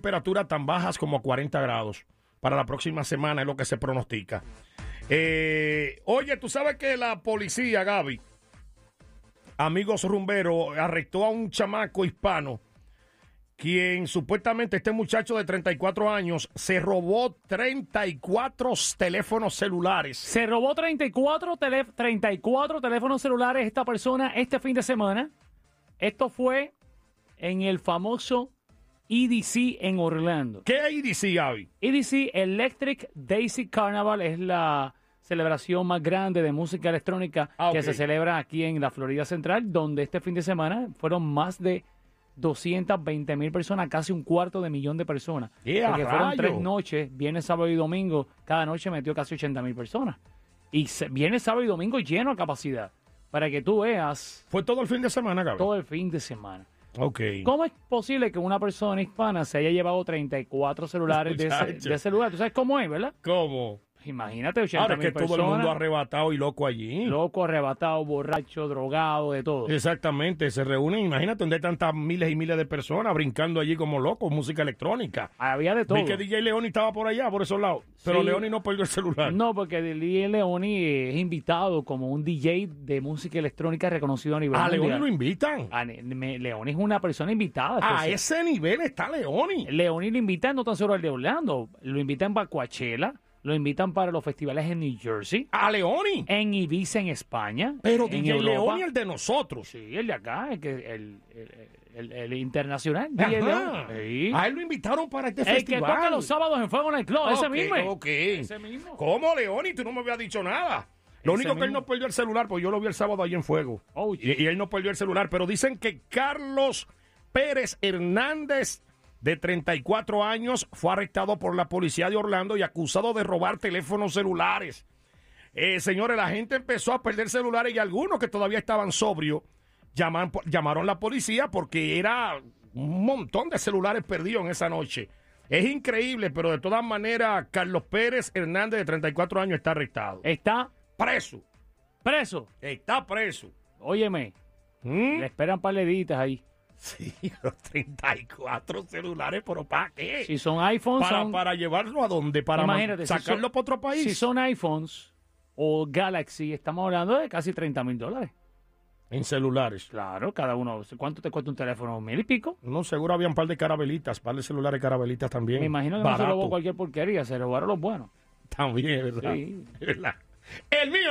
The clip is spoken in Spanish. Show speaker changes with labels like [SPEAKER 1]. [SPEAKER 1] temperaturas tan bajas como 40 grados para la próxima semana, es lo que se pronostica. Eh, oye, tú sabes que la policía, Gaby, amigos rumberos, arrestó a un chamaco hispano, quien supuestamente este muchacho de 34 años se robó 34 teléfonos celulares.
[SPEAKER 2] Se robó 34, tele- 34 teléfonos celulares esta persona este fin de semana. Esto fue en el famoso EDC en Orlando.
[SPEAKER 1] ¿Qué ahí dice Gaby?
[SPEAKER 2] EDC E Electric Daisy Carnival es la celebración más grande de música electrónica
[SPEAKER 1] Ah,
[SPEAKER 2] que
[SPEAKER 1] ok.
[SPEAKER 2] se celebra aquí en la Florida Central, donde este fin de semana fueron más de 220 mil personas, casi un cuarto de millón de personas.
[SPEAKER 1] ¡Eh, a
[SPEAKER 2] porque fueron
[SPEAKER 1] rayos!
[SPEAKER 2] tres noches, viernes, sábado y domingo, cada noche metió casi 80 mil personas. Y se- viernes, sábado y domingo lleno a capacidad, para que tú veas
[SPEAKER 1] Fue todo el fin de semana, Gaby.
[SPEAKER 2] todo el fin de semana.
[SPEAKER 1] Ok.
[SPEAKER 2] ¿Cómo es posible que una persona hispana se haya llevado 34 celulares de
[SPEAKER 1] Muchacho.
[SPEAKER 2] ese, de ese lugar? ¿Tú sabes cómo es, verdad?
[SPEAKER 1] ¿Cómo?
[SPEAKER 2] Imagínate 80
[SPEAKER 1] Ahora es
[SPEAKER 2] mil
[SPEAKER 1] que
[SPEAKER 2] personas,
[SPEAKER 1] todo el mundo arrebatado y loco allí.
[SPEAKER 2] loco, arrebatado, borracho, drogado, de todo.
[SPEAKER 1] Exactamente, se reúnen, imagínate, donde hay tantas miles y miles de personas brincando allí como locos, música electrónica.
[SPEAKER 2] Había de todo.
[SPEAKER 1] Vi que DJ Leoni estaba por allá, por esos lados, pero
[SPEAKER 2] Sí.
[SPEAKER 1] Leoni no perdió el celular.
[SPEAKER 2] No, porque DJ Leoni es invitado como un DJ de música electrónica reconocido a nivel
[SPEAKER 1] a Ah, Leoni
[SPEAKER 2] mundial.
[SPEAKER 1] lo Ah, invitan.
[SPEAKER 2] A ne- me- Leoni es una persona invitada.
[SPEAKER 1] A
[SPEAKER 2] especial.
[SPEAKER 1] ese nivel está Leoni.
[SPEAKER 2] Leoni lo invitan no tan solo al de Orlando, lo invitan para Coachella, lo invitan para los festivales en New Jersey,
[SPEAKER 1] A Leoni.
[SPEAKER 2] en Ibiza, en España.
[SPEAKER 1] Pero
[SPEAKER 2] en
[SPEAKER 1] DJ
[SPEAKER 2] Europa.
[SPEAKER 1] Leoni, el de nosotros.
[SPEAKER 2] Sí, el de acá, el, que- el, el- el- el internacional.
[SPEAKER 1] Ajá.
[SPEAKER 2] DJ Leoni. Sí.
[SPEAKER 1] A él lo invitaron para este
[SPEAKER 2] El que
[SPEAKER 1] festival.
[SPEAKER 2] toca los sábados en Fuego Night Club, ese
[SPEAKER 1] Ok,
[SPEAKER 2] mismo. es.
[SPEAKER 1] ok.
[SPEAKER 2] Ese mismo.
[SPEAKER 1] ¿Cómo, Leoni? Tú no me habías dicho nada. Lo
[SPEAKER 2] Ese
[SPEAKER 1] único que él
[SPEAKER 2] mismo.
[SPEAKER 1] no perdió el celular, pues yo lo vi el sábado ahí en fuego.
[SPEAKER 2] Oh,
[SPEAKER 1] y, y él no perdió el celular. Pero dicen que Carlos Pérez Hernández, de 34 años, fue arrestado por la policía de Orlando y acusado de robar teléfonos celulares. Eh, señores, la gente empezó a perder celulares y algunos que todavía estaban sobrios llaman- llamaron a la policía porque era un montón de celulares perdidos en esa noche. Es increíble, pero de todas maneras, Carlos Pérez Hernández, de 34 años, está arrestado.
[SPEAKER 2] Está
[SPEAKER 1] Preso.
[SPEAKER 2] preso.
[SPEAKER 1] Está preso.
[SPEAKER 2] Óyeme,
[SPEAKER 1] ¿Mm?
[SPEAKER 2] le esperan paleditas ahí.
[SPEAKER 1] Sí, los 34 celulares, pero ¿para qué?
[SPEAKER 2] Si son iPhones,
[SPEAKER 1] para,
[SPEAKER 2] son-
[SPEAKER 1] para llevarlo a dónde? Para man-
[SPEAKER 2] imagínate, si
[SPEAKER 1] sacarlo
[SPEAKER 2] son-
[SPEAKER 1] para otro país.
[SPEAKER 2] Si son iPhones o Galaxy, estamos hablando de casi 30 mil dólares.
[SPEAKER 1] En celulares.
[SPEAKER 2] Claro, cada uno. ¿Cuánto te cuesta un teléfono? ¿Mil y pico?
[SPEAKER 1] No, seguro había un par de carabelitas, par de celulares carabelitas también.
[SPEAKER 2] Me imagino que no se
[SPEAKER 1] Barato.
[SPEAKER 2] robó cualquier porquería, se robaron los buenos.
[SPEAKER 1] También, ¿verdad?
[SPEAKER 2] Sí.
[SPEAKER 1] ¿Verdad? El mío